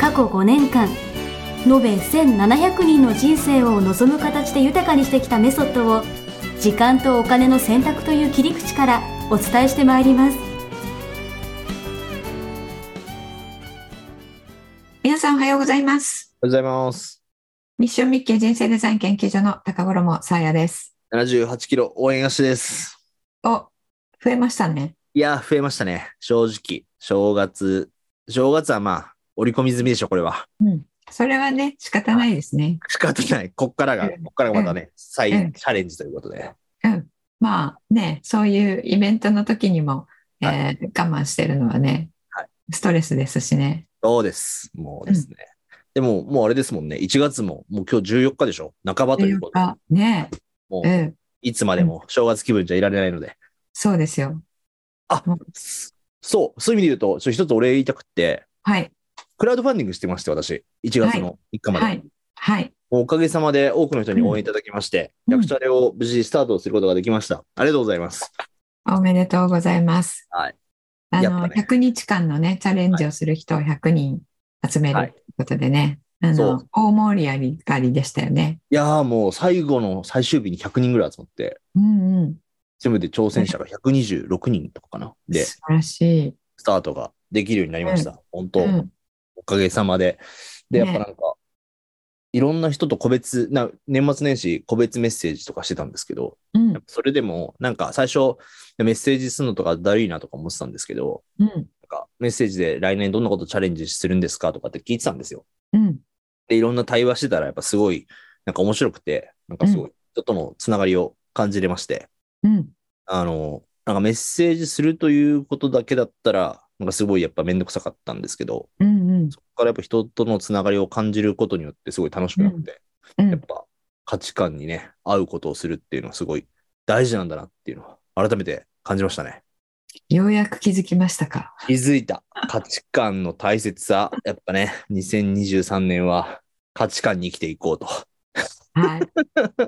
過去5年間延べ1700人の人生を望む形で豊かにしてきたメソッドを時間とお金の選択という切り口からお伝えしてまいります皆さんおはようございます。おはようございます。ミッションミッケ人生デザイン研究所の高頃もさあやです。 78キロ応援足です。お、増えましたね。いやー、増えましたね。正直。正月。正月はまあ、折り込み済みでしょ、これは。それはね、仕方ないですね。仕方ない。こっからが、うこっからがまたね、再チうんャレンジということで。まあね、そういうイベントの時にも、えー我慢してるのはね、はストレスですしね。そうです。もうですね。でも、もうあれですもんね。1月も、もう今日14日でしょ。半ばということで。あね、もうう、ん、いつまでも正月気分じゃいられないので。そうですよ。そう、そういう意味で言うと、ちょっと一つお礼言いたくって、はい、クラウドファンディングしてまして、私。1月の3日まで。はい、はい。おかげさまで多くの人に応援いただきまして、うん役者レを無事スタートすることができました。ありがとうございます。おめでとうございます。はい。あやっの、ぱね100日間のね、チャレンジをする人を100人集めるはいということでね、あそのう、大盛り上がりでしたよね。いやーもう最後の最終日に100人ぐらい集まって、うんうん。全部で挑戦者が126人とかかな。で、ス素晴らしい。タートができるようになりました。本当、うんおかげさまで。で、やっねぱなんか、いろんな人と個別な、年末年始個別メッセージとかしてたんですけど、うんやっぱそれでもなんか最初メッセージするのとかだるいなとか思ってたんですけど、うんなんかメッセージで来年どんなことチャレンジするんですかとかって聞いてたんですよ。うんで、いろんな対話してたら、やっぱすごい、なんか面白くて、なんかすごい、人とのつながりを感じれまして、うんあの、なんかメッセージするということだけだったら、なんかすごいやっぱめんどくさかったんですけど、うんうんそこからやっぱ人とのつながりを感じることによってすごい楽しくなって、うやっんぱ価値観にね、合うことをするっていうのはすごい大事なんだなっていうのは改めて感じましたね。ようやく気づきましたか。気づいた。価値観の大切さ。やっぱね、2023年は価値観に生きていこうと。 はい。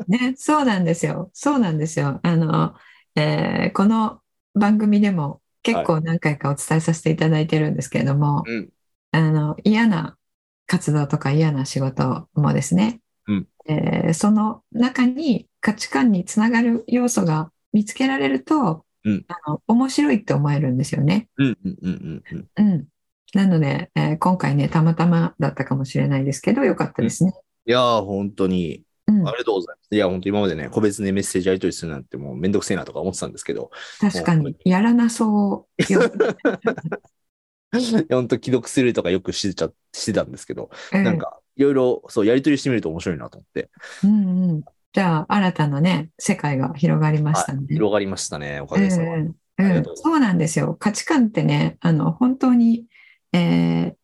ね、そうなんですよ。そうなんですよ。あの、えーこの番組でも結構何回かお伝えさせていただいてるんですけれども、うん。あの、嫌な活動とか嫌な仕事もですね、うんえーその中に価値観につながる要素が見つけられると、うんあの面白いって思えるんですよね。うんうんうんうんうん。うん。なので、えー今回ね、たまたまだったかもしれないですけど、よかったですね。いやー、本当に、うんあ、りがとうございます。いや、本当今までね、個別にメッセージやり取りするなんてもうめんどくせえなとか思ってたんですけど、確かに、やらなそうよ。本当既読するとかよくしてちゃ、してたんですけど、う なん、か、いろいろ、そう、やり取りしてみると面白いなと思って、うんうん。じゃあ、新たなね、世界が広がりましたね。広がりましたね、おかうげさまで。んありうがんとうございますそうなんですよ。価値観ってね、あの、本当に、えー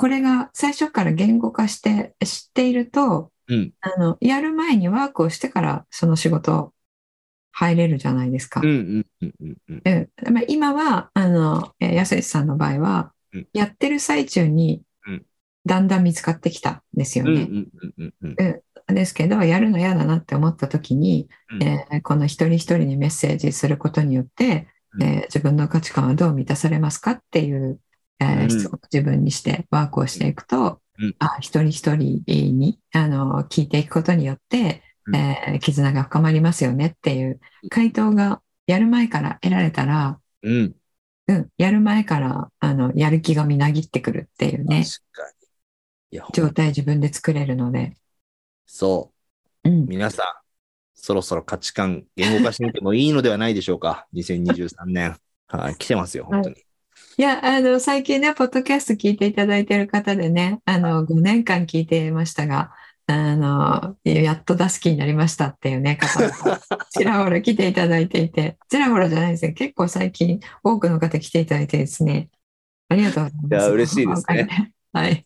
これが最初から言語化して知っていると、うんあの、やる前にワークをしてからその仕事入れるじゃないですか。うんうんうんうんうん。うんまあ今は、あの、えー安井さんの場合はうん、やってる最中にうん、だんだん見つかってきたんですようんうね。んうんうんうん。ですけど、やるの嫌だなって思った時に、うんえーこの一人一人にメッセージすることによって、うんえー自分の価値観はどう満たされますかっていう、えーうん質問を自分にしてワークをしていくと、うんあ一人一人にあの聞いていくことによって、うんえー絆が深まりますよねっていう回答がやる前から得られたら、うん。うん、やる前からあのやる気がみなぎってくるっていう確ねかに。いや、ほ状ん態自分で作れるので、そう。うん、皆さん、そろそろ価値観、言語化してみてもいいのではないでしょうか。2023年。はい、来てますよ、本当に。いやあの最近ねポッドキャスト聞いていただいている方でねあの5年間聞いてましたがあのやっと出す気になりましたっていうね方 がちらほら来ていただいていてちらほらじゃないですね結構最近多くの方来ていただいてですねありがとうございますいや嬉しいですねおかげではいはい。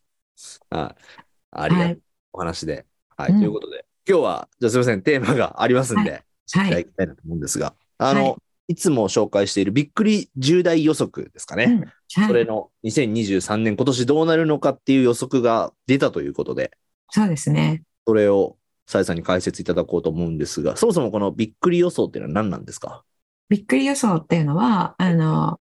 ありがとう、はいお話で。はい、うんということで、今日は、じゃあすみません、テーマがありますんで、い、はただい。きたいなと思うんですが、あの、、はいつも紹介しているびっくり重大予測ですかね。うんはいそれの2023年、今年どうなるのかっていう予測が出たということで、そうですね。それを、さえさんに解説いただこうと思うんですが、そもそもこのびっくり予想っていうのは何なんですかびっくり予想っていうのは、あの、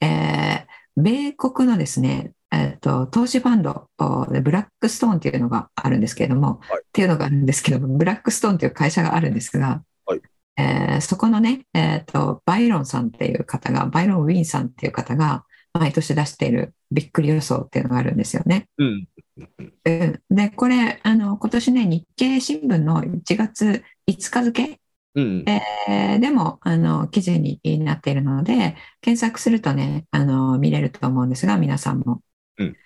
えー米国のですね、えっと、投資ファンド、おブラックストーンっていうのがあるんですけれども、はいっていうのがあるんですけども、ブラックストーンという会社があるんですが、はいえーそこのね、えっと、バイロンさんっていう方が、バイロン・ウィンさんっていう方が、毎年出しているびっくり予想っていうのがあるんですよね。うん。うんで、これ、あの、今年ね、日経新聞の1月5日付うん。えーでもあの記事になっているので検索するとねあの見れると思うんですが皆さんも。うん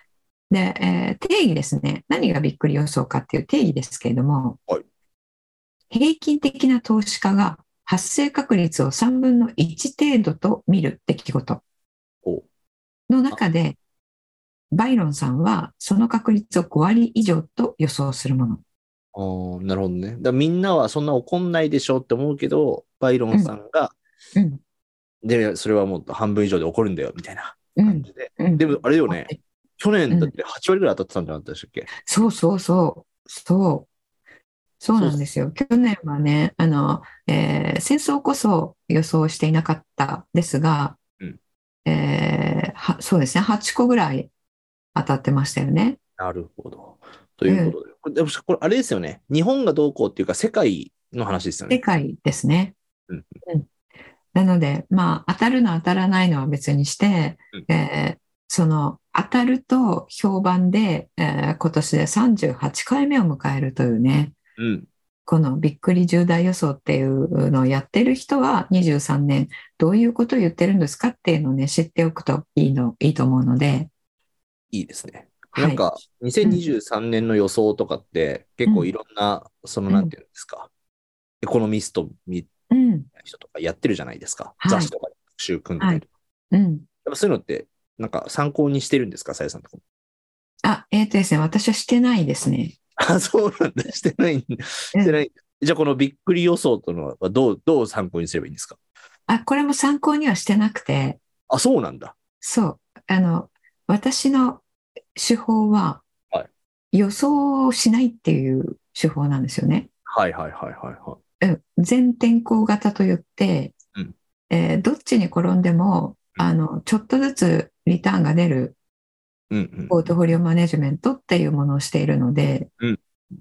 で、えー定義ですね何がびっくり予想かっていう定義ですけれども、はい平均的な投資家が発生確率を3分の1程度と見る出来事おうの中でバイロンさんはその確率を5割以上と予想するもの。あーなるほどね。だからみんなはそんな怒んないでしょって思うけど、バイロンさんが、うんで、それはもっと半分以上で怒るんだよ、みたいなう感んじで。うんでも、あれよね、去う年んだって8割ぐらい当たってたんじゃなかったでしたっけ、そうそうそう、そう、そうなんですよ。去年はね、あの、えー戦争こそ予想していなかったですがうん、えーはそうですね、8個ぐらい当たってましたよね。なるほど。ということで。これでもこれ、あれですよね。日本がどうこうっていうか、世界の話ですよ世ね。界ですね。うんうんなので、まあ、当たるの当たらないのは別にしてうん、えーその、当たると評判で、えー今年で38回目を迎えるというね。うん。このびっくり重大予想っていうのをやってる人は23年どういうことを言ってるんですかっていうのをね知っておくといいのいいと思うので、いいですね。はいなんか、2023年の予想とかって、結構いろんな、その、うんなんていうんですか、エコノミストみたいうんな人とかやってるじゃないですか。はい雑誌とかで特集組んでたりとか。うん、やっぱそういうのって、なんか参考にしてるんですか、さやさんとか。あえっ、とですね私はしてないですね。 あ、そうなんだ。してないんだ。しうんてない。じゃあ、このびっくり予想というのはどう、どう参考にすればいいんですかあこれも参考にはしてなくてあ、そうなんだ。そうあの私の手法はは予想をしないっていう手法なんですよね。はいはいはいはいはうい。ん全天候型と言って、うんえーどっちに転んでもうんあのちょっとずつリターンが出るうんうん。ポートフォリオマネジメントっていうものをしているので、うん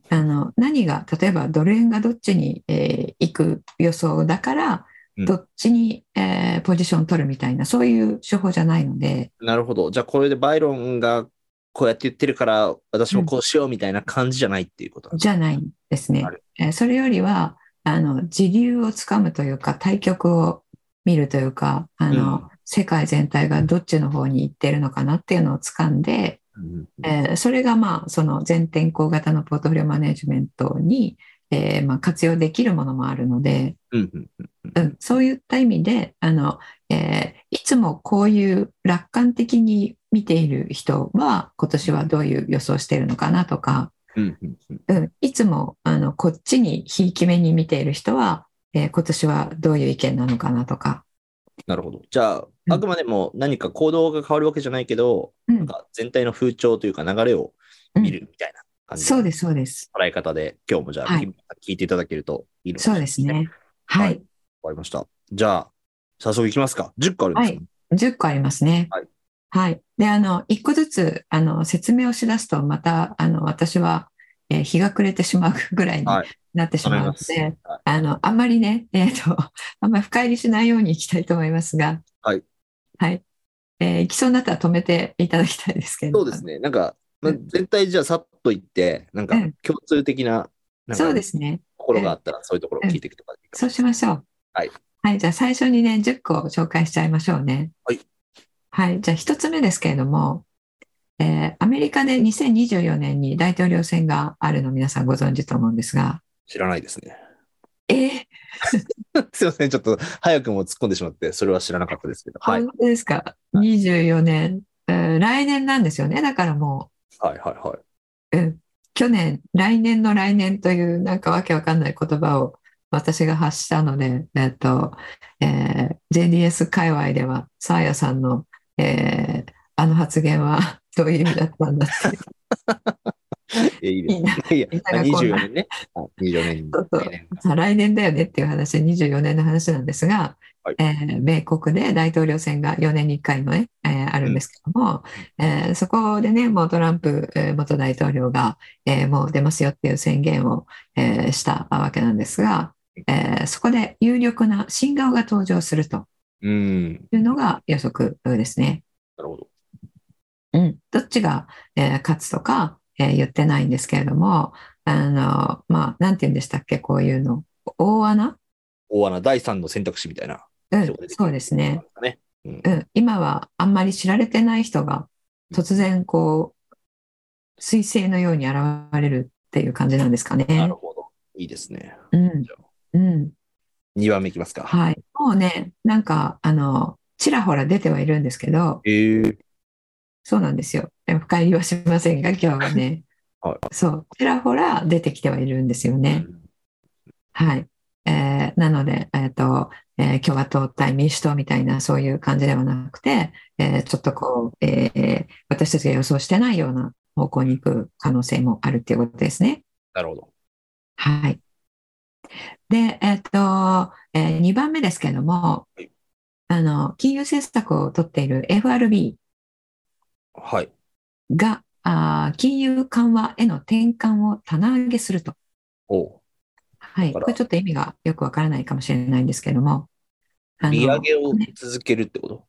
あの何が例えばドル円がどっちに、えー行く予想だから、うんどっちに、えーポジション取るみたいなそういう手法じゃないので、なるほど。じゃあ、これでバイロンがこうやって言ってるから、私もこうしようみたいな感じじゃないっていうことなんですじゃないんですねなる。えーそれよりはあの時流をつかむというか対局を見るというかあの、うん世界全体がどっちの方に行ってるのかなっていうのをつかんで、うんえーそれがまあその全天候型のポートフォリオマネジメントに、えーまあ活用できるものもあるので、うんうんうんうん、そういった意味であの、えーいつもこういう楽観的に見ている人は今年はどういう予想しているのかなとか、うんうんうんうん、いつもあのこっちにひいき目に見ている人は、えー今年はどういう意見なのかなとか。なるほど。じゃあ、んあくまでも何か行動が変わるわけじゃないけど、うんなんか全体の風潮というか流れを見るみたいな感じ、そうですそうです捉え方で、今日もじゃあ、はい聞いていただけるといいのかそもうしれないです。ねははいい、わかりました。じゃあ、早速いきますか。10個あるんですか、 10個ありますね。はい。はい。で、あの、1個ずつ、あの、説明をしだすと、また、あの、私は、えー日が暮れてしまうぐらいにはいなってしまうのわかで、りますはいあの、あんまりね、えっ、と、 あんまり深入りしないようにいきたいと思いますが、はい。はい。えー行きそうになったら止めていただきたいですけれどそも。うですね。なんか、まうあん全体じゃあ、さっといって、なんかうん、共通的な、なんそうかで、すね。心があったら、そういうところを聞いていくとかでいいかそうしましょう。はい。はい、じゃあ最初にね、10個紹介しちゃいましょうね。はい。はい、じゃあ1つ目ですけれども、えーアメリカで2024年に大統領選があるの皆さんご存知と思うんですが、知らないですね。えー、 すいません、ちょっと早くも突っ込んでしまって、それは知らなかったですけど。はい。本当ですか ?24 年、えー来年なんですよね。だからもはいはいはい。うん去年、来年の来年というなんかわけわかんない言葉を私が発したので、えっと、えー JDS 界隈では、サーヤさんの、えーあの発言は どういう意味だったんだって。えいいですいいな。 いや、みんながこん24な年ね。はい24年そうそう来年がまあ来年だよねっていう話、24年の話なんですが、はいえー米国で大統領選が4年に1回のね、えーあるんですけども、えーそこでね、もうトランプえー元大統領が、えーもう出ますよっていう宣言を、えーしたわけなんですが、えーそこで有力な新顔が登場するとうん。ないるうのが予測ですね。ほど。うん、どっちが、えー勝つとか、えー言ってないんですけれども、あの、まあ、なんて言うんでしたっけ、こういうの。大穴大穴第3の選択肢みたいな。うんそうですねそうですね。ね。うん、今はあんまり知られてない人が突然こう彗星のように現れるっていう感じなんですかなねる。ほど。いいですね。うんじゃあうん、 2番目いきますか。はい。もうね、なんかあのちらほら出てはいるんですけど、ええそうなんですよ。でも深入りはしませんが、今日はね、 はそうちらほら出てきてはいるんですよね。はい。えーなので、えっと、えー共和党対民主党みたいな、そういう感じではなくて、えーちょっとこう、えー私たちが予想してないような方向に行く可能性もあるっていうことですね。なるほど。はい。で、えっと、え2番目ですけどもはい、あの、金融政策をとっている FRB はい。が、あー金融緩和への転換を棚上げすると。おうはい。あらこれちょっと意味がよくわからないかもしれないんですけども、あの利上げを続けるってこと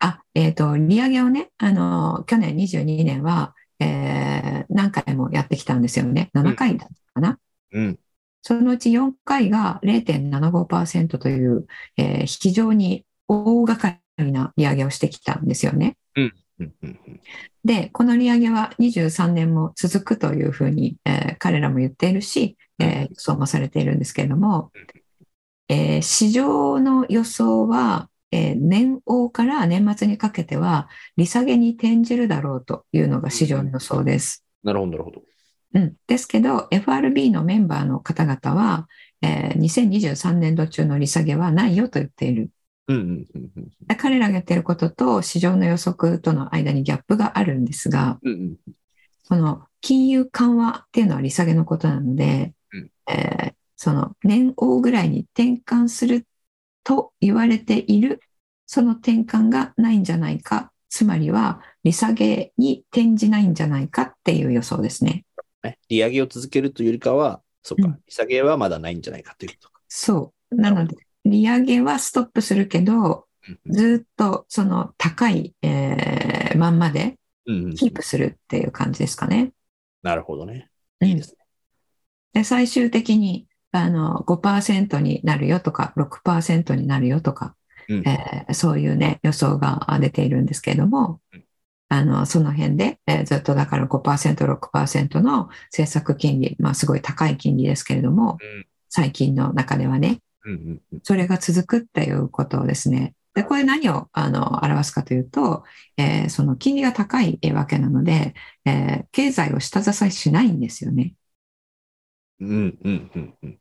あ、えっと、利上げをね、あの、去年22年は、えー何回もやってきたんですよね。7回だったかな。うん。そのうち4回が0.75%という、えー非常に大掛かりな利上げをしてきたんですよね。うんうんうんで、この利上げは23年も続くというふうに、えー彼らも言っているし、えー予想もされているんですけれども、えー市場の予想は、えー年王から年末にかけては利下げに転じるだろうというのが市場の予想です。なるほど、なるほど。うん、ですけど FRB のメンバーの方々は、えー2023年度中の利下げはないよと言っている。うんうんうんうんで彼らが言っていることと市場の予測との間にギャップがあるんですが、うんうん。その金融緩和っていうのは利下げのことなので、うんえーその年王ぐらいに転換すると言われているその転換がないんじゃないかつまりは利下げに転じないんじゃないかっていう予想ですね。ね利上げを続けるというよりかは、そっうかん、利下げはまだないんじゃないかということか。そうなので利上げはストップするけどうんうんずーっとその高い、えーまんまでうんうんうんキープするっていう感じですかね。なるほどね。いいですね。で最終的にあの5%になるよとか6%になるよとか、うんえーそういうね予想が出ているんですけれども、うんあのその辺で、えーずっとだから 5%6% の政策金利、まあ、すごい高い金利ですけれどもうん最近の中ではねうんうんうんそれが続くっていうことですね。でこれ何をあの表すかというと、えーその金利が高いわけなので、えー経済を下支えしないんですよね。うんうんうんうん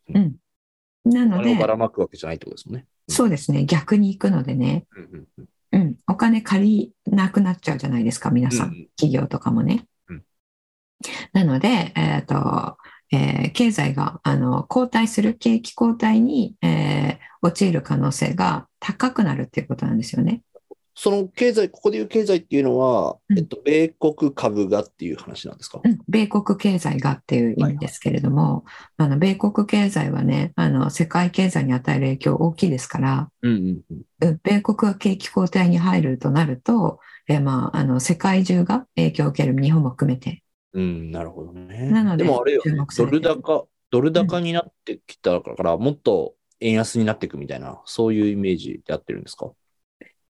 うん。なおので金をばらまくわけじゃないってことですもんね。そうですね、逆に行くのでね、うんうんうんうん、お金借りなくなっちゃうじゃないですか、皆さん、うんうん企業とかもね。うんなので、えーとえー経済があの後退する、景気後退に、えー陥る可能性が高くなるっていうことなんですよね。その経済、ここでいう経済っていうのは、うんえっと、米国株がっていう話なんですか、うん米国経済がっていう意味ですけれども、あの米国経済はねあの、世界経済に与える影響大きいですから、うんうんうん、うん米国が景気後退に入るとなると、えーまあ、あの世界中が影響を受ける日本も含めて、うん、なるほどね。なのででもあれよね注目、さドれてるル高、ドル高になってきたから、もっと円安になっていくみたいな、そういうイメージでやってるんですか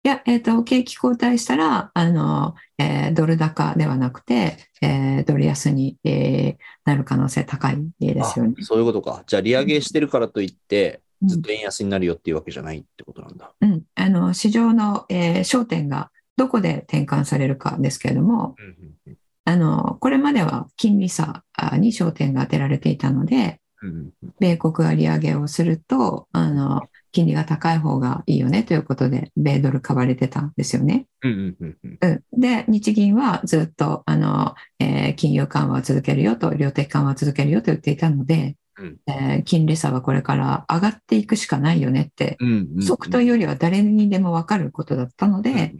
いや、えー、と景気後退したらあの、えードル高ではなくて、えードル安に、えーなる可能性高いですよねあ。そういうことか。じゃあ、利上げしてるからといって、うんずっと円安になるよっていうわけじゃないってことなんだ。うん、あの市場の、えー焦点がどこで転換されるかですけれども、うんうんうんあの、これまでは金利差あに焦点が当てられていたので、うん米国は利上げをすると、あの、金利が高い方がいいよねということで、米ドル買われてたんですよね。うんうんうんうん、で、日銀はずっと、あの、えー金融緩和を続けるよと、量的緩和を続けるよと言っていたので、うんえー金利差はこれから上がっていくしかないよねって、うんうんうん即というよりは誰にでも分かることだったので、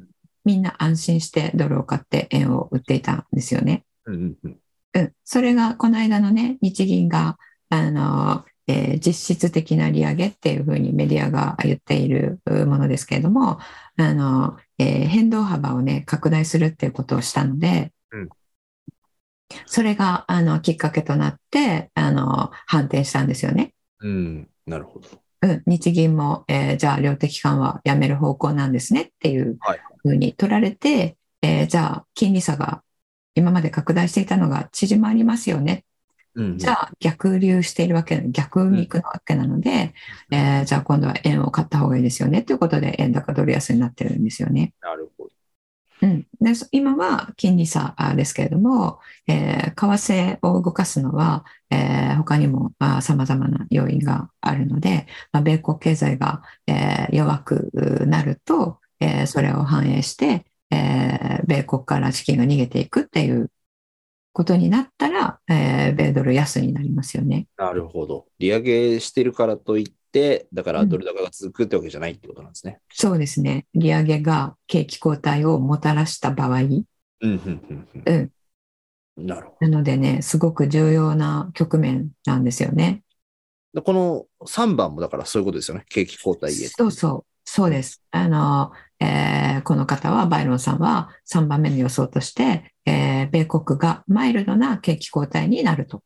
みんな安心してドルを買って円を売っていたんですよね。うんうんうんうん、それがこの間のね、日銀が、あの、えー実質的な利上げっていうふうにメディアが言っているうものですけれども、あの、えー変動幅をね、拡大するっていうことをしたので、うんそれが、あの、きっかけとなって、あの、反転したんですよね。うんなるほど。うん、日銀も、えーじゃあ量的緩和やめる方向なんですねっていうはいふうに取られて、えーじゃあ金利差が今まで拡大していたのが縮まりますよね、うんうんじゃあ逆流しているわけ逆に行くわけなので、えーじゃあ今度は円を買った方がいいですよねということで円高ドル安になってるんですよね。なるほど。うん、でそ今は金利差あですけれども、えー為替を動かすのは、えー他にもさまざまな要因があるので、まあ、米国経済が、えー弱くうなると、えーそれを反映して、えー米国から資金が逃げていくっていうことになったら、えー米ドル安になりますよね。なるほど。利上げしてるからといって、だからうんドル高が続くってわけじゃないってことなんですね。そうですね。利上げが景気後退をもたらした場合、うんうんうんうん、うん。なるほなのでね、すごく重要な局面なんですよね。ど。この3番もだからそういうことですよね。景気後退へ。そうそう、そうです。あの、えーこの方は、バイロンさんは3番目の予想として、えー米国がマイルドな景気後退になると、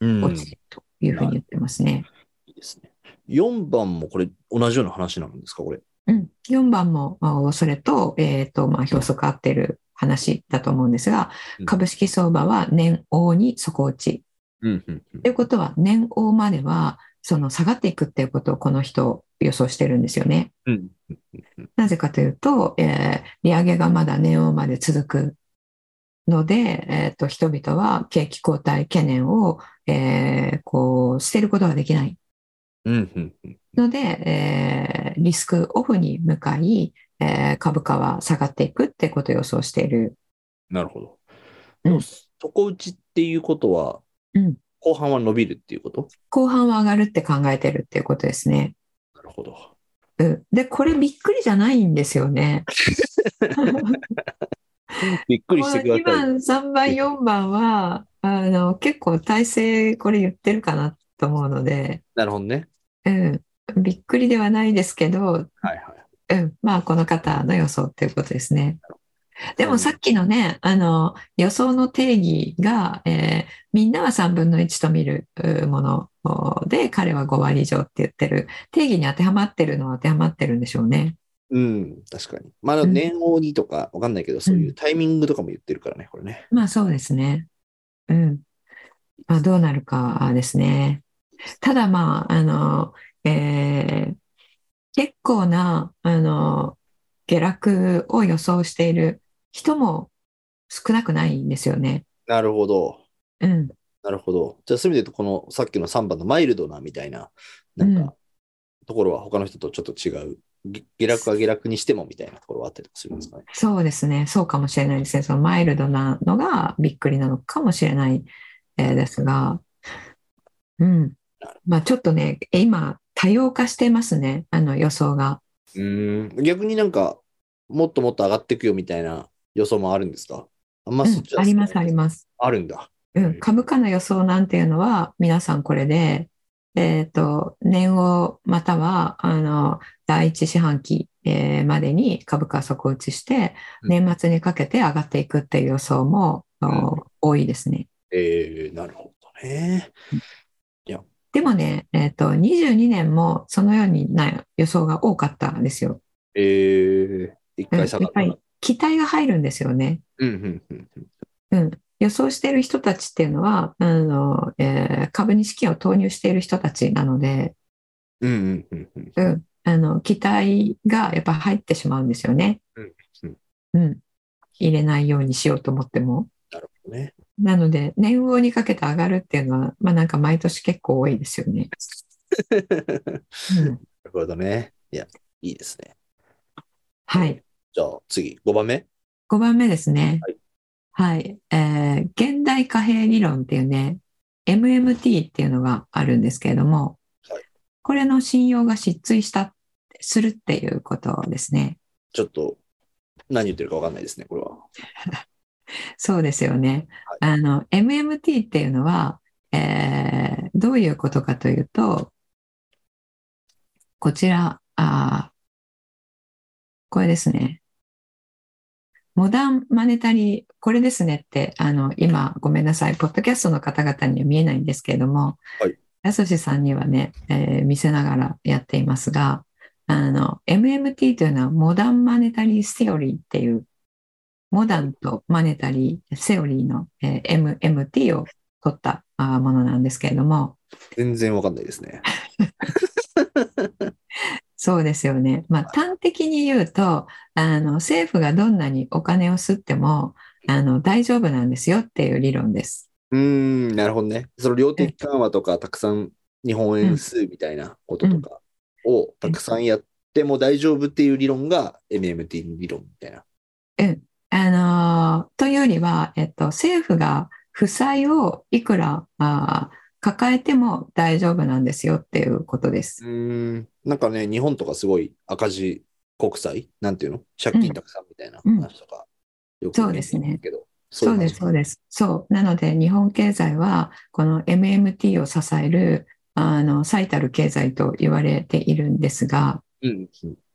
うん。落ちるというふうに言ってますね。いいですね。4番もこれ同じような話なんですか、これ。うん、4番も、あそれと、えっ、と、まあ、表則合ってる話だと思うんですがうん、株式相場は年王に底落ち。うんうんうんということは、年王までは、その下がっていくっていうことをこの人予想してるんですよね。うんなぜかというと、えー利上げがまだ年王まで続くので、えーと人々は景気後退懸念を、えーこう捨てることができないうんうんうんので、えーリスクオフに向かい、えー株価は下がっていくってことを予想している。なるほど。うでんも、底打ちっていうことはうん、後半は伸びるっていうこと後半は上がるって考えてるっていうことですね。なるほど。うんで、これびっくりじゃないんですよね。 びっくりしてくだこのさい。 2番、3番、4番は、あの、結構体勢、これ言ってるかなと思うので、なるほどね。うん、びっくりではないですけど、はいはい。うん、まあ、この方の予想っていうことですね。でうんもさっきのね、あの、予想の定義が、えーみんなは3分の1と見るうもので、彼は5割以上って言ってる。定義に当てはまってるのは当てはまってるんでしょうね。うん、確かに。まあ、うん年王にとかわかんないけど、そういうタイミングとかも言ってるからね、これね。まあそうですね。うん。まあどうなるかですね。ただまあ、あの、えー結構な、あの、下落を予想している人も少なくないんですよね。なるほど。うん。なるほど。じゃあ、そういう意味で言うと、このさっきの3番のマイルドなみたいな、なんか、うんところは他の人とちょっと違う。げ下落は下落にしてもみたいなところはあったりとかするんですかね。そうですね。そうかもしれないですね。そのマイルドなのがびっくりなのかもしれない、えーですが。うん。まあちょっとね、今、多様化してますね。あの予想が。うん、逆になんか、もっともっと上がっていくよみたいな予想もあるんですかあんまそっちうんは、あります、あります。あるんだ。うん、株価の予想なんていうのは皆さんこれで、えっと年をまたはあの第一四半期、えーまでに株価底打ちしてうん年末にかけて上がっていくっていう予想も、んお多いですね。えー、なるほどね。でもね、えっと22年もそのようにな予想が多かったんですよ。えー、一うんやっ回下がったぱな。り期待が入るんですよね。うん、うん、うんうん。予想している人たちっていうのはあの、えー株に資金を投入している人たちなので、うん、うん、うんうん。うん、あの期待がやっぱ入ってしまうんですよね。うんうんうん入れないようにしようと思っても。なるほどね。 なので、年号にかけて上がるっていうのは、まあなんか毎年結構多いですよね。うんなるほどね。いや、いいですね。はい。じゃあ次、5番目。 5番目ですねはい。はい。えー現代貨幣理論っていうね、MMT っていうのがあるんですけれどもはい、これの信用が失墜した、するっていうことですね。ちょっと何言ってるかわかんないですね、これは。そうですよね。あの、MMT っていうのは、えーどういうことかというと、こちら、あーこれですね。モダンマネタリー、これですねって、あの、今、ごめんなさい、ポッドキャストの方々には見えないんですけれどもはい、やすしさんにはね、えー見せながらやっていますが、あの、MMT というのは、モダンマネタリー・セオリーっていう、モダンとマネタリー・セオリーの、えー MMT を取ったあーものなんですけれども、全然わかんないですね。そうですよね。まあ、端的に言うと、あの、政府がどんなにお金を吸っても、あの、大丈夫なんですよっていう理論です。うーん、なるほどね。その量的緩和とか、たくさん日本円数みたいなこととかをたくさんやっても大丈夫っていう理論が MMT 理論みたいな。あのーというよりは、えっと、政府が負債をいくらあー抱えても大丈夫なんですよっていうことですう。ーん、なんかね、日本とかすごい赤字国債、なんていうの借金たくさんみたいなうん話とか、よくそうですね見るけど。そうです、そそういう話です。そう。なので、日本経済は、この MMT を支える、あの、最たる経済と言われているんですが、うん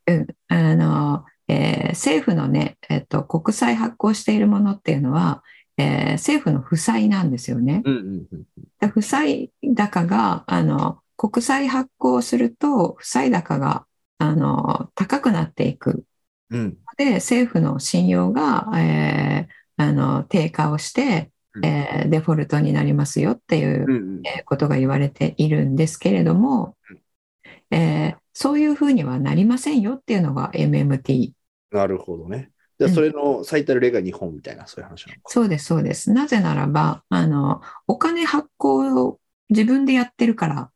うんうん、あの、えー政府のね、えっと、国債発行しているものっていうのは、えー政府の負債なんですよね。うんうんうん。で負債高が、あの、国債発行すると、負債高が、あの、高くなっていく。うんで、政府の信用が、えーあの、低下をして、えーデフォルトになりますよっていううんうんえーことが言われているんですけれどもうん、えーそういうふうにはなりませんよっていうのが MMT。なるほどね。じゃあうんそれの最たる例が日本みたいな、そういう話なのか。そうです、そうです。なぜならば、あの、お金発行を自分でやってるから、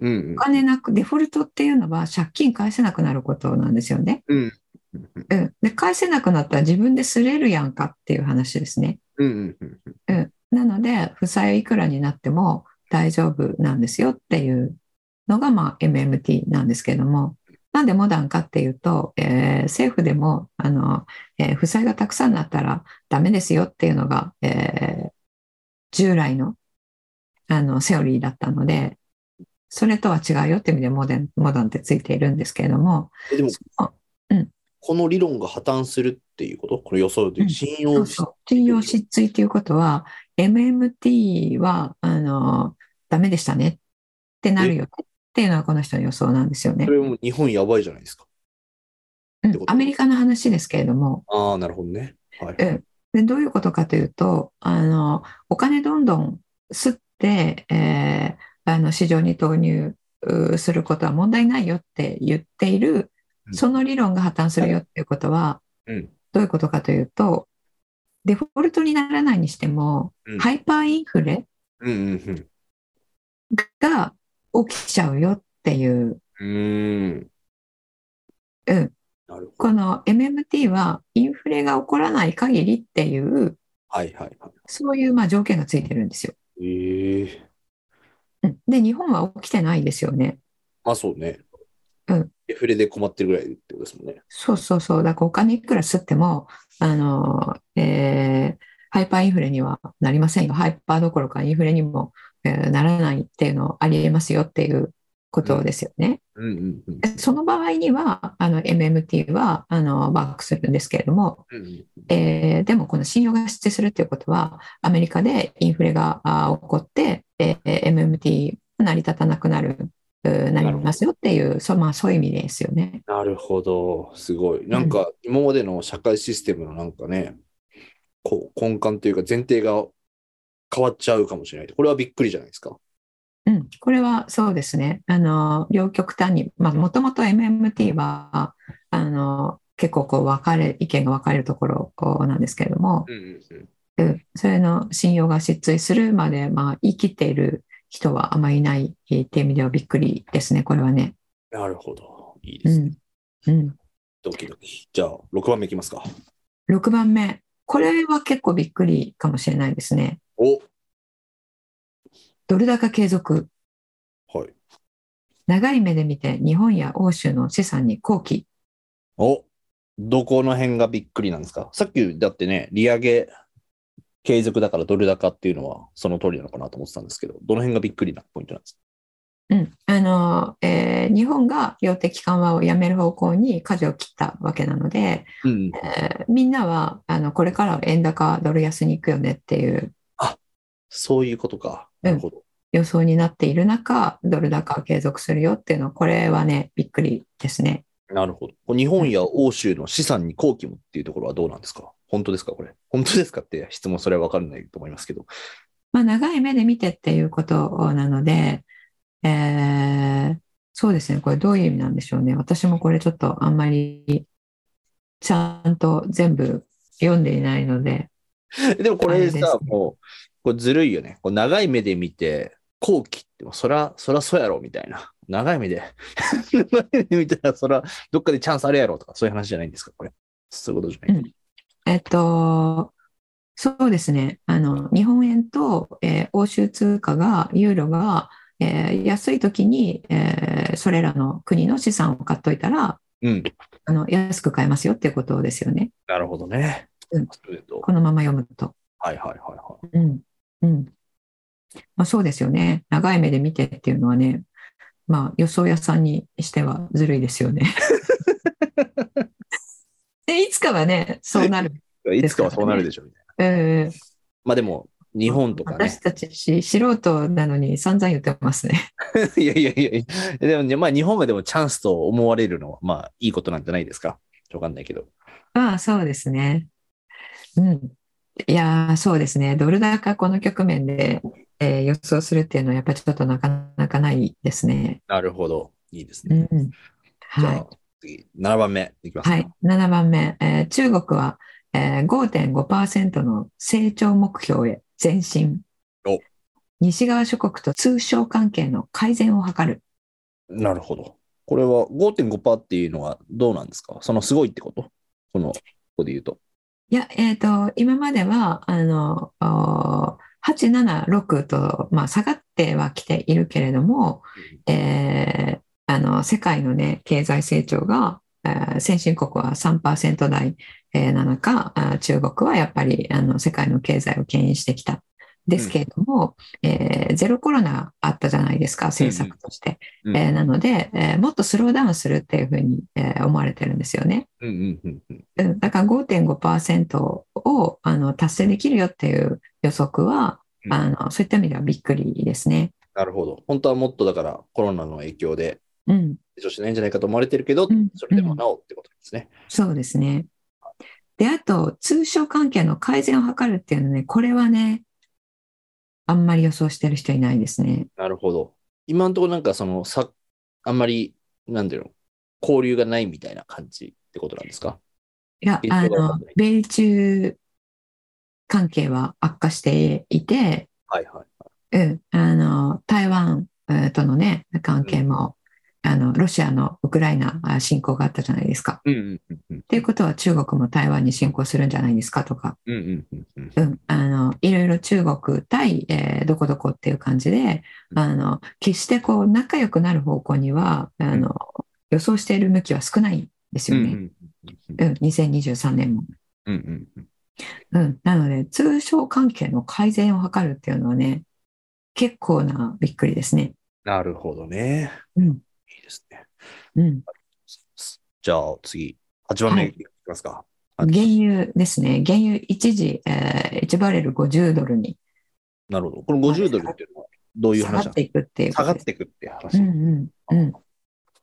うんうんお金なく、デフォルトっていうのは借金返せなくなることなんですよね。うんうんうんうん。で、返せなくなったら自分ですれるやんかっていう話ですね。うんうんうんうん。なので、負債いくらになっても大丈夫なんですよっていうのが、まあ、MMT なんですけども、なんでモダンかっていうと、えー政府でも、あの、えー負債がたくさんなったらダメですよっていうのが、えー従来の、あの、セオリーだったので、それとは違うよっていう意味でモデン、モダンってついているんですけれども、えでもそううん、この理論が破綻するっていうことこの予想でうん信そ用うしそう信用失墜ということは、MMT は、あの、ダメでしたねってなるよねっていうのはこの人の予想なんですよねそ。れも日本やばいじゃないですか。うんってことアメリカの話ですけれども、ああ、なるほどね。はい。うんでどういうことかというと、あの、お金どんどん吸って、えーあの、市場に投入うーすることは問題ないよって言っているう、んその理論が破綻するよっていうことは、うんどういうことかというと、デフォルトにならないにしてもうん、ハイパーインフレうんうんが起きちゃうよっていう、うん。うーうんん。なるほど。この MMT はインフレが起こらない限りっていう、はいはいはそういうまあ条件がついてるんですよ。い。ええ。うんで、日本は起きてないですよね。まあそうね。うん。デフレで困ってるぐらいってことですもんね。そうそうそう。だからお金いくら吸っても、あの、えーハイパーインフレにはなりませんよ。ハイパーどころかインフレにも、えーならないっていうのありえますよっていうことですよね。うんうんうんでその場合には、あの、MMT は、あの、バックするんですけれども、うんうん。えーでもこの信用が失墜するっていうことは、アメリカでインフレがあー起こって、えー MMT が成り立たなくなる、うーなりますよっていう、そうまあ、そういう意味ですよね。なるほど。すごい。なんか今までの社会システムのなんかね、こう根幹というか前提が変わっちゃうかもしれない。これはびっくりじゃないですか。うん、これはそうですね。あの、両極端に、まあ、もともと MMT は、あの、結構こう分かれ、意見が分かれるところこうなんですけれども、うんうんうん。く、それの信用が失墜するまで、まあ、生きている人はあまりいないえーっていう意味ではびっくりですね、これはね。なるほど。いいうですね。ん。うん。ドキドキ。じゃあ、6番目いきますか。 6番目。これは結構びっくりかもしれないですね。おドル高継続。はい。長い目で見て日本や欧州の資産に後期。おどこの辺がびっくりなんですかさっきだってね、利上げ継続だからドル高っていうのはその通りなのかなと思ってたんですけど、どの辺がびっくりなポイントなんですかうんあのえー日本が量的緩和をやめる方向に舵を切ったわけなので、うん。えーみんなはあのこれからは円高ドル安に行くよねっていうそういうことか。うんなるほど。予想になっている中ドル高を継続するよっていうのはこれはねびっくりですね。なるほど。日本や欧州の資産に後期もっていうところはどうなんですか本当ですかこれ。本当ですかって質問それはわかんないと思いますけど。まあ、長い目で見てっていうことなので、えーそうですねこれどういう意味なんでしょうね私もこれちょっとあんまりちゃんと全部読んでいないので。でもこれあれさで、すもう、これずるいよね。こう長い目で見て、後期って、もうそら、そらそうやろ、みたいな。長い目で。長い目で見たら、そら、どっかでチャンスあるやろとか、そういう話じゃないんですか、これ。そういうことじゃない。うんえっと、そうですね。あの、日本円と、えー欧州通貨が、ユーロが、えー安い時に、えーそれらの国の資産を買っといたら、うん。あの、安く買えますよっていうことですよね。なるほどね。うんそういうことこのまま読むと。はいはいはいはうん。うん。まあ、そうですよね。長い目で見てっていうのはね、まあ、予想屋さんにしてはずるいですよ ね。でいつかはね、そうなる。い。いつかはそうなるでしょ、みたいうな。んうんまあでも、日本とかね私。たちし素人なのに散々言ってますね。 いやいやいやいや。でもね、まあ日本がでもチャンスと思われるのは、まあいいことなんじゃないですか。わかんないけど。まあそうですね。うん。いやーそうですね。ドル高この局面で、えー予想するっていうのはやっぱりちょっとなかなかないですね。なるほど。いいですうね。ん。じゃあ、はい。次、7番目いきますか。はい。7番目、えー中国は、えー、5.5%の成長目標へ前進お。西側諸国と通商関係の改善を図る。なるほど。これは5.5%っていうのはどうなんですかそのすごいってことこの、ここで言うと。いや、えっと、今までは、あの、お876と、まあ、下がってはきているけれども、えーあの、世界のね、経済成長が、えー先進国は3%台、えーなのか、あー中国はやっぱり、あの、世界の経済を牽引してきた。ですけれども、えーゼロコロナあったじゃないですか、政策として。うんえーなので、えーもっとスローダウンするっていうふうに、えー思われてるんですよね。うんうんうんうん。うんだから5.5%をあの達成できるよっていう予測は、うんあのそういった意味ではびっくりですね。なるほど。本当はもっとだからコロナの影響でうん、成長しないんじゃないかと思われてるけど、うんそれでもなおってことですね。そうですね。で、あと、通商関係の改善を図るっていうのね、これはね、あんまり予想してる人いないですね。なるほど。今のところなんかその、さあんまり、なんていうの、交流がないみたいな感じってことなんですかいや、現あ状はの、米中関係は悪化していて、はいはい。うん、あの台湾えーとのね関係も、あのロシアのウクライナあ侵攻があったじゃないですか。うんうんうんうん。っていうことは中国も台湾に侵攻するんじゃないですかとか、うんうんうんうん。うん、あのいろいろ中国対、えーどこどこっていう感じでうんあの決してこう仲良くなる方向にはあの予想している向きは少ないんですうよんうね、んうん2023年も。うんうんうん。うん、なので通商関係の改善を図るっていうのはね結構なびっくりですね。なるほどね。うんいいですね。うんじゃあ次、8番目はいいきますか。原油ですね。原油一時、えー1バレル50ドルになるほど。この50ドルっていうのはどういう下がっ話なのていくっていうこ下とがっです。ていくっていうう話。んうんうん。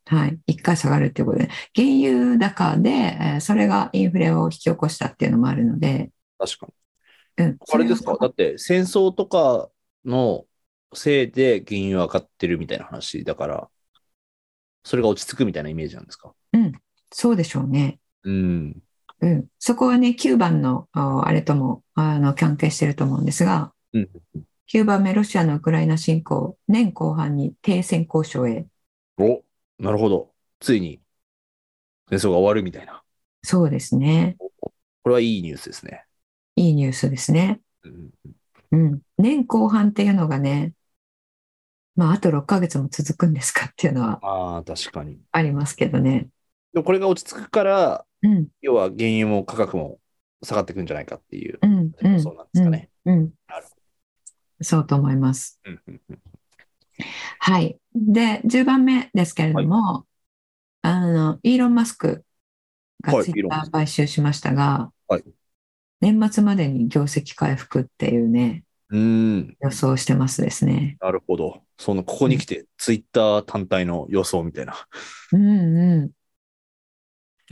はい。一回下がるっていうことで。原油高で、えーそれがインフレを引き起こしたっていうのもあるので。確かに。うん。あれですかそだはって戦争とかのせいで原油上がってるみたいな話だから、それが落ち着くみたいなイメージなんですかそうでしょうね。うん。うん、そこはね、9番のああれともあの関係してると思うんですが、うん9番目、ロシアのウクライナ侵攻、年後半に停戦交渉へ。お、なるほど。ついに、戦争が終わるみたいな。そうですね。これはいいニュースですね。いいニュースですね。うんうん。年後半っていうのがね、まあ、あと6ヶ月も続くんですかっていうのはああ、確かに。ありますけどね。でもこれが落ち着くから、うん、要は原油も価格も下がってくんじゃないかっていう、うん、うん。そうなんですかね。うんなるほ。そうと思います。うんうんうんはい。で、10番目ですけれども、あの、イーロン・マスクはがいツイイーロッンマタスー買収しましたが、はい年末までに業績回復っていうね、うーん、予想してますですね。なるほど。その、ここに来て、ツイッター単体の予想みたいな。うんう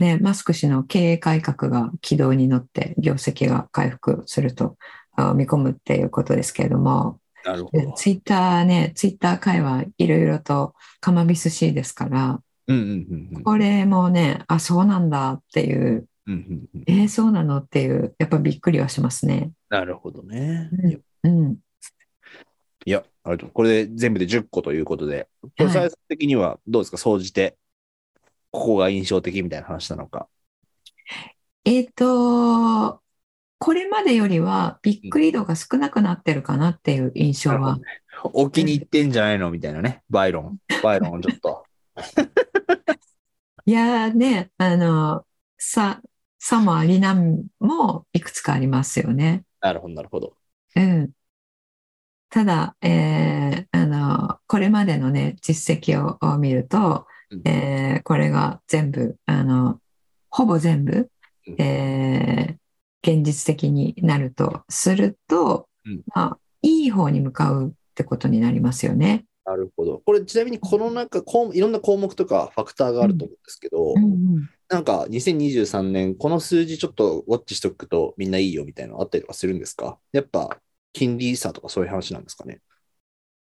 ん。ね、マスク氏の経営改革が軌道に乗って業績が回復するとあ見込むっていうことですけれども、なるほでど。ツイッターね、ツイッター界はいろいろと釜ビス C ですから、うんうんうんうんこれもね、あ、そうなんだっていう、うんうんうん。えーそうなのっていう、やっぱびっくりはしますね。なるほどね。うんうん。いや、ありがとう。これで全部で10個ということで、これはい最終的にはどうですか、総じて、ここが印象的みたいな話なのか。えっと、これまでよりはびっくり度が少なくなってるかなっていう印象は。お気に入ってんじゃないのみたいなね、バイロン。バイロン、ちょっと。いやーね、あの、さ、さもありなんもいくつかありますよね。なるほど、なるほど。うん。ただ、えーあの、これまでのね、実績をを見るとうん、えーこれが全部、あの、ほぼ全部うん、えー現実的になるとするとうん、まあ、いい方に向かうってことになりますよね。なるほど。これ、ちなみにこの中、こういろんな項目とかファクターがあると思うんですけど、うんなんか2023年、この数字ちょっとウォッチしておくとみんないいよみたいなのあったりとかするんですかやっぱ、金利差とかそういう話なんですかね。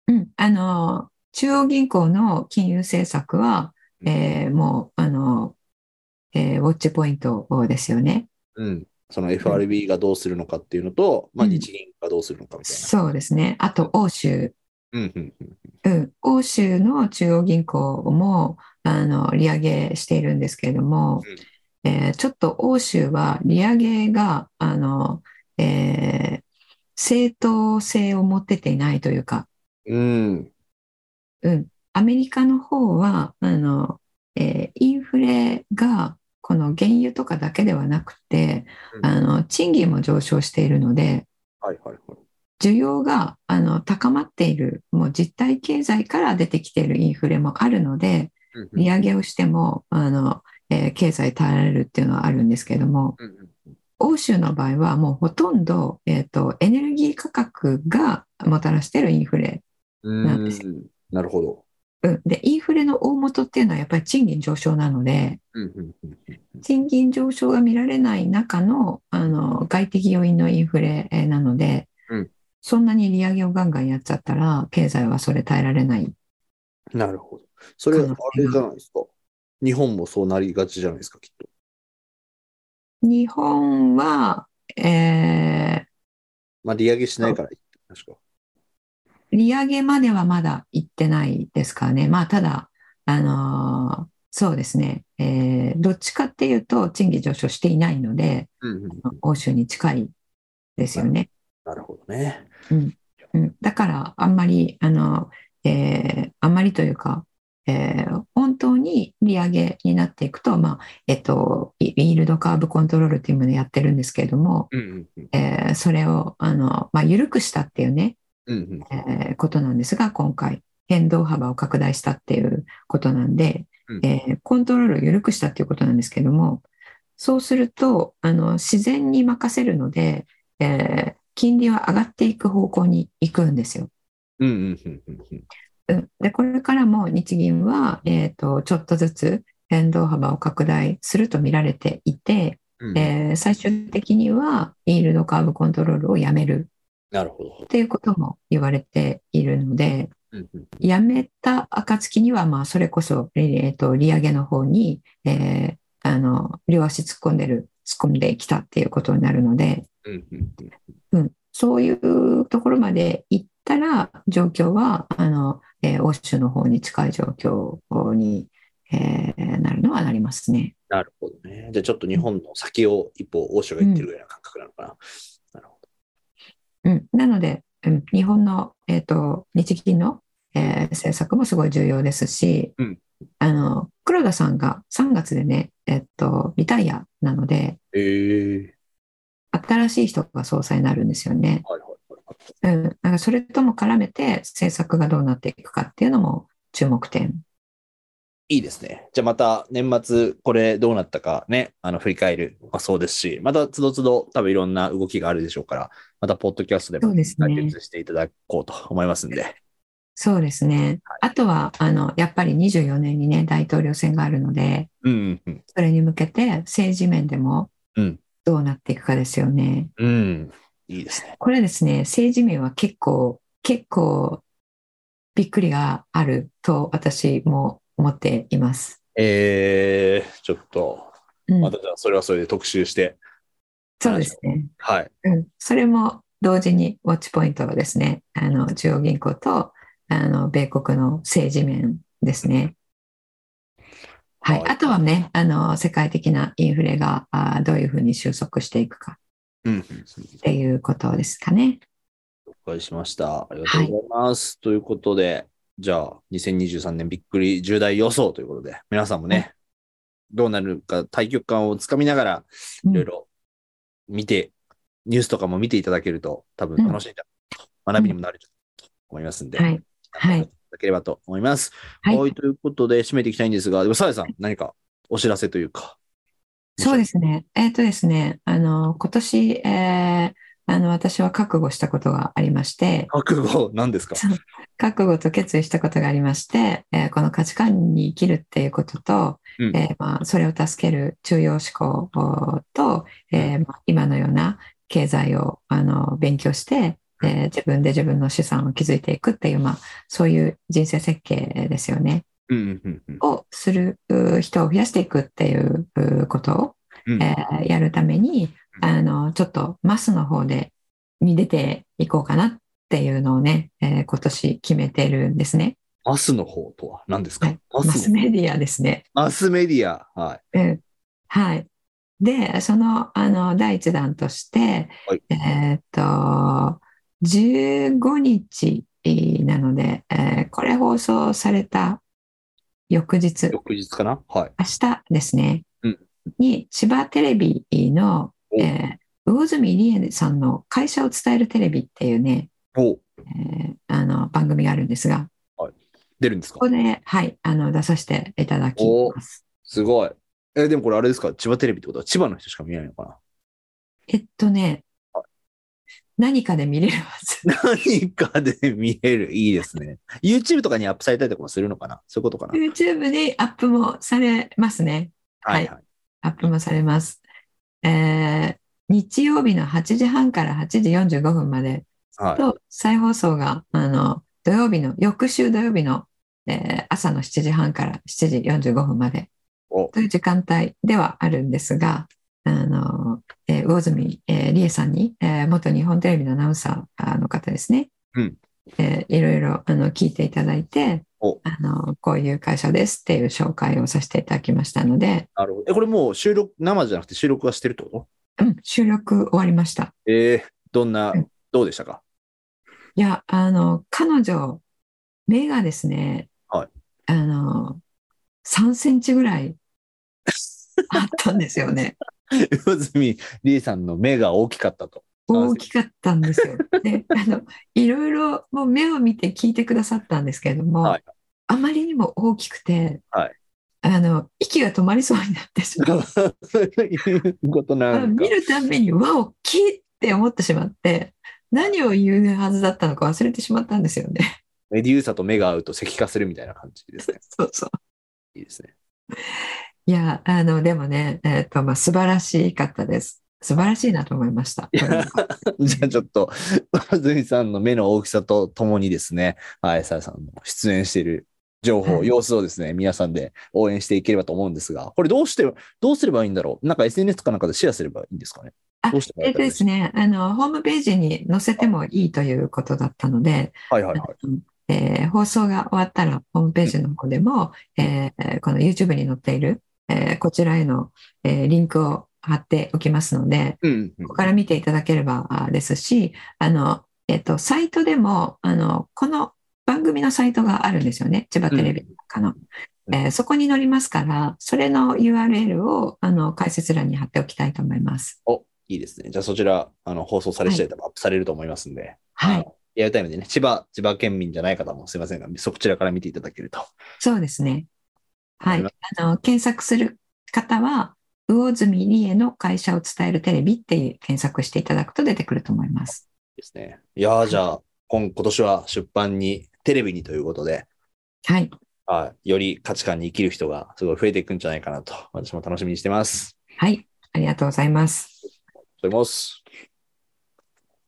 うん、うんあの、中央銀行の金融政策は、えーもう、あの、えーウォッチポイントですよね。うん。その FRB がどうするのかっていうのと、まあ、うん日銀がどうするのかみたいな。そうですね。あと、欧州。うんうんうんうん、欧州の中央銀行もあの利上げしているんですけれども、えーちょっと欧州は利上げがあの、えー正当性を持ってていないというか、うん。うん、アメリカの方はあの、えーインフレがこの原油とかだけではなくてうんあの賃金も上昇しているのではいはいはい。需要があの高まっているもう実体経済から出てきているインフレもあるので、うんうん利上げをしてもあの、えー経済耐えられるっていうのはあるんですけどもうんうん欧州の場合はもうほとんど、えー、とエネルギー価格がもたらしてるインフレ、うんなんですなるほど。うん、でインフレの大元っていうのはやっぱり賃金上昇なのでうんうんうん賃金上昇が見られない中のあの外的要因のインフレえーなので、うんそんなに利上げをガンガンやっちゃったら経済はそれ耐えられない。なるほど。それ、あ可能性がれじゃないですか。日本もそうなりがちじゃないですか、きっと。日本は、えーまあ、利上げしないからいいって話か。利上げまではまだ行ってないですからね。まあ、ただ、あのーそうですね、えーどっちかっていうと、賃金上昇していないので、うんうんうん欧州に近いですよね。なるほどね。うん、だから、あんまり、あの、えーあんまりというか、えー本当に利上げになっていくと、まあ、えっと、イイールドカーブコントロールっていうものをやってるんですけれども、うんうんうんえーそれを、あの、まあ、緩くしたっていうね、うんうんえーことなんですが、今回、変動幅を拡大したっていうことなんで、うんえーコントロールを緩くしたっていうことなんですけども、そうすると、あの自然に任せるので、えー金利は上がっていく方向に行くんですよ。うんうんうんうんうんうんで、これからも日銀は、えーと、ちょっとずつ変動幅を拡大すると見られていて、うんえー最終的には、イールドカーブコントロールをやめるなるほどっ。ていうことも言われているので、うんうんやめた暁には、まあ、それこそ、えーえーと利上げの方に、えーあの両足突っ込んでる突っ込んできたっていうことになるので、うんうんうんうん、そういうところまで行ったら状況はあの、えー欧州の方に近い状況に、えーなるのはなりますね。なるほどね。じゃあちょっと日本の先を一歩欧州が行ってるぐらいな感覚なのかな。なるほど。うん、なので、うん、日本の、えー、と日銀の、えー政策もすごい重要ですし、うんあの黒田さんが3月でね、えっとリタイアなのでええ新しい人が総裁になるんですよね。はいはいはいはい。うん、なんかそれとも絡めて政策がどうなっていくかっていうのも注目点いいですね。じゃあまた年末これどうなったかね、あの振り返るもそうですし、またつどつど多分いろんな動きがあるでしょうから、またポッドキャストでそうもです解ね決していただこうと思いますんで、そうですね。あとは、あの、やっぱり24年にね、大統領選があるので、うんうんそれに向けて政治面でもうんどうなっていくかですよね。うん、うん、いいですね。これですね、政治面は結構、結構、びっくりがあると私も思っています。えー、ちょっと、うんまたじゃあそれはそれで特集して、そうですね。はい。うん、それも同時にウォッチポイントはですね、あの、中央銀行と、あの、米国の政治面ですね。はい、あとはねあの世界的なインフレがあーどういうふうに収束していくかうん、うんっていうことですかね。お伺いしました。ありがとうございます。ということで、じゃあ、2023年びっくり重大予想ということで、皆さんもね、どうなるか、対局感をつかみながら、うんいろいろ見て、ニュースとかも見ていただけると、多分楽しいんだ、学びにもなると思いますんで、はい、はいいただければと思います。はいはい、ということで、締めていきたいんですが、でも、さやさん、何かお知らせというか。そうですね。えっ、とですね、あの今年、えーあの私は覚悟したことがありまして、覚悟、何ですか覚悟と決意したことがありまして、えーこの価値観に生きるっていうことと、うんえーまあ、それを助ける中央思考と、えーまあ今のような経済をあの勉強して、えー自分で自分の資産を築いていくっていう、まあ、そういう人生設計ですよね。うんうんうんをするう人を増やしていくっていううことを、うん。うんえーやるためにうんあのちょっとマスの方でに出ていこうかなっていうのをね、えー今年決めてるんですね。マスの方とは何ですか、はいママススのメディアですね。マスメディア。はい。うんはい、でそのあの第一弾として、はいえーっと15日なので、えーこれ放送された翌日翌日かなはい。明日ですね、うんに千葉テレビの、おえー魚住理恵さんの「会社を伝えるテレビ」っていうね、おえーあの番組があるんですが出るんですかここで、はい、あの出させていただきます。すごい。え、でもこれあれですか千葉テレビってことは千葉の人しか見えない のかえっとね何かで見れるは ず。な何かで見える。いいですね。YouTube とかにアップされたりとかもするのかなそういうことかな YouTube にアップもされますね。はいはい。アップもされます。えー日曜日の8時半から8時45分まではと再放送があの土曜日の翌週土曜日の、えー朝の7時半から7時45分までおという時間帯ではあるんですがあの、えー魚住、えー理恵さんに、えー元日本テレビのアナウンサーの方ですね、うんえーいろいろあの聞いていただいておあのこういう会社ですっていう紹介をさせていただきましたので、い。なるほど。え、これもう収録、生じゃなくて収録はしてるってことうん、収録終わりました。えー、どんなうん、どうでしたかいや、あの、彼女、目がですね、はいあの、3センチぐら いあったんですよね。魚住理恵さんの目が大きかったと。 大きかったんですよ。で、あの、いろいろ、もう目を見て聞いてくださったんですけれども、はいあまりにも大きくて、はいあの、息が止まりそうになってしまう。そういうこと なんか見。るたんびに、わ、大きいって思ってしまって、何を言うはずだったのか忘れてしまったんですよ ね。メデューサと目が合うと石化するみたいな感じですね。そうそう。いいですね。いや、あの、でもね、えっと、まあ、素晴らしかったです。素晴らしいなと思いました。これは じゃあちょっと、和泉さんの目の大きさとともにですね、はい、さやさんも出演している情報、はい様子をですね、皆さんで応援していければと思うんですが、これどうして、どうすればいいんだろうなんか SNS かなんかでシェアすればいいんですかねあどうしてもえやっったとらいでいすね、あの、ホームページに載せてもいいということだったので、はいはいはい。えー放送が終わったらホームページの方でも、えーこの YouTube に載っている、えーこちらへの、えーリンクを貼っておきますので、うん、うんここから見ていただければあですし、あの、えっと、サイトでも、あの、この番組のサイトがあるんですよね。千葉テレビなんかの。うんえーそこに載りますから、それの URL を、あの、解説欄に貼っておきたいと思います。お、いいですね。じゃあそちら、あの、放送され次第多分アップされると思いますんで、はあい。の。リアルタイムでね、千葉、千葉県民じゃない方もすいませんが、そちらから見ていただけると。そうですね。はわいか。あの、検索する方は、魚住理恵の会社を伝えるテレビっていう検索していただくと出てくると思います。ですね。いやーじゃあ、今、今年は出版に、テレビにということで、はい。はい、より価値観に生きる人がすごい増えていくんじゃないかなと、私も楽しみにしてます。はい。ありがとうございます。ありがとうございます。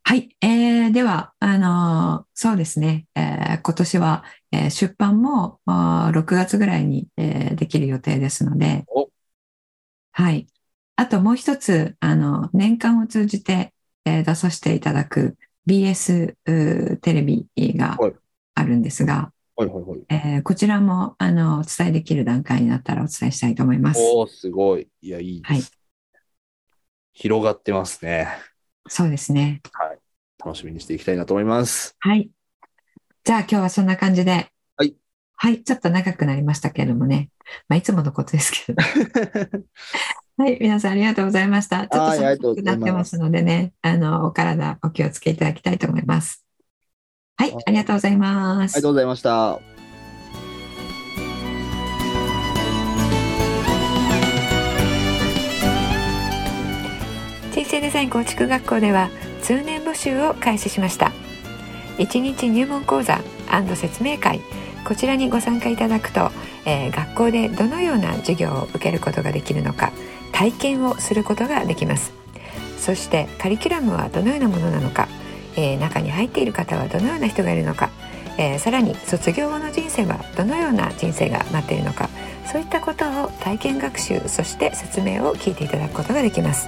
はい、えーでは、あのーそうですね、えー今年は、えー出版もあー6月ぐらいに、えーできる予定ですのでお、はい、あともう一つ、あの年間を通じて、えー出させていただく BS うーテレビがはいあるんですが、はいはいはい。えーこちらもあのお伝えできる段階になったらお伝えしたいと思います。おー、すごい。いや、いいです。はい広がってますね。そうですね。楽しみにしていきたいなと思います。はい。じゃあ今日はそんな感じで。はい。はい、ちょっと長くなりましたけれどもね。まあ、いつものことですけど。 はい、皆さんありがとうございました。ちょっはいありがとと寒うごくざないっますてますのでね、あの、お体お気をつけいただきたいと思います。はいはい、ありがとうございまありすがと。うございました。人生デザイン構築学校では通年募集を開始しました1日入門講座説明会こちらにご参加いただくと、えー学校でどのような授業を受けることができるのか体験をすることができますそしてカリキュラムはどのようなものなのか、えー中に入っている方はどのような人がいるのか、えーさらに卒業後の人生はどのような人生が待っているのかそういったことを体験学習そして説明を聞いていただくことができます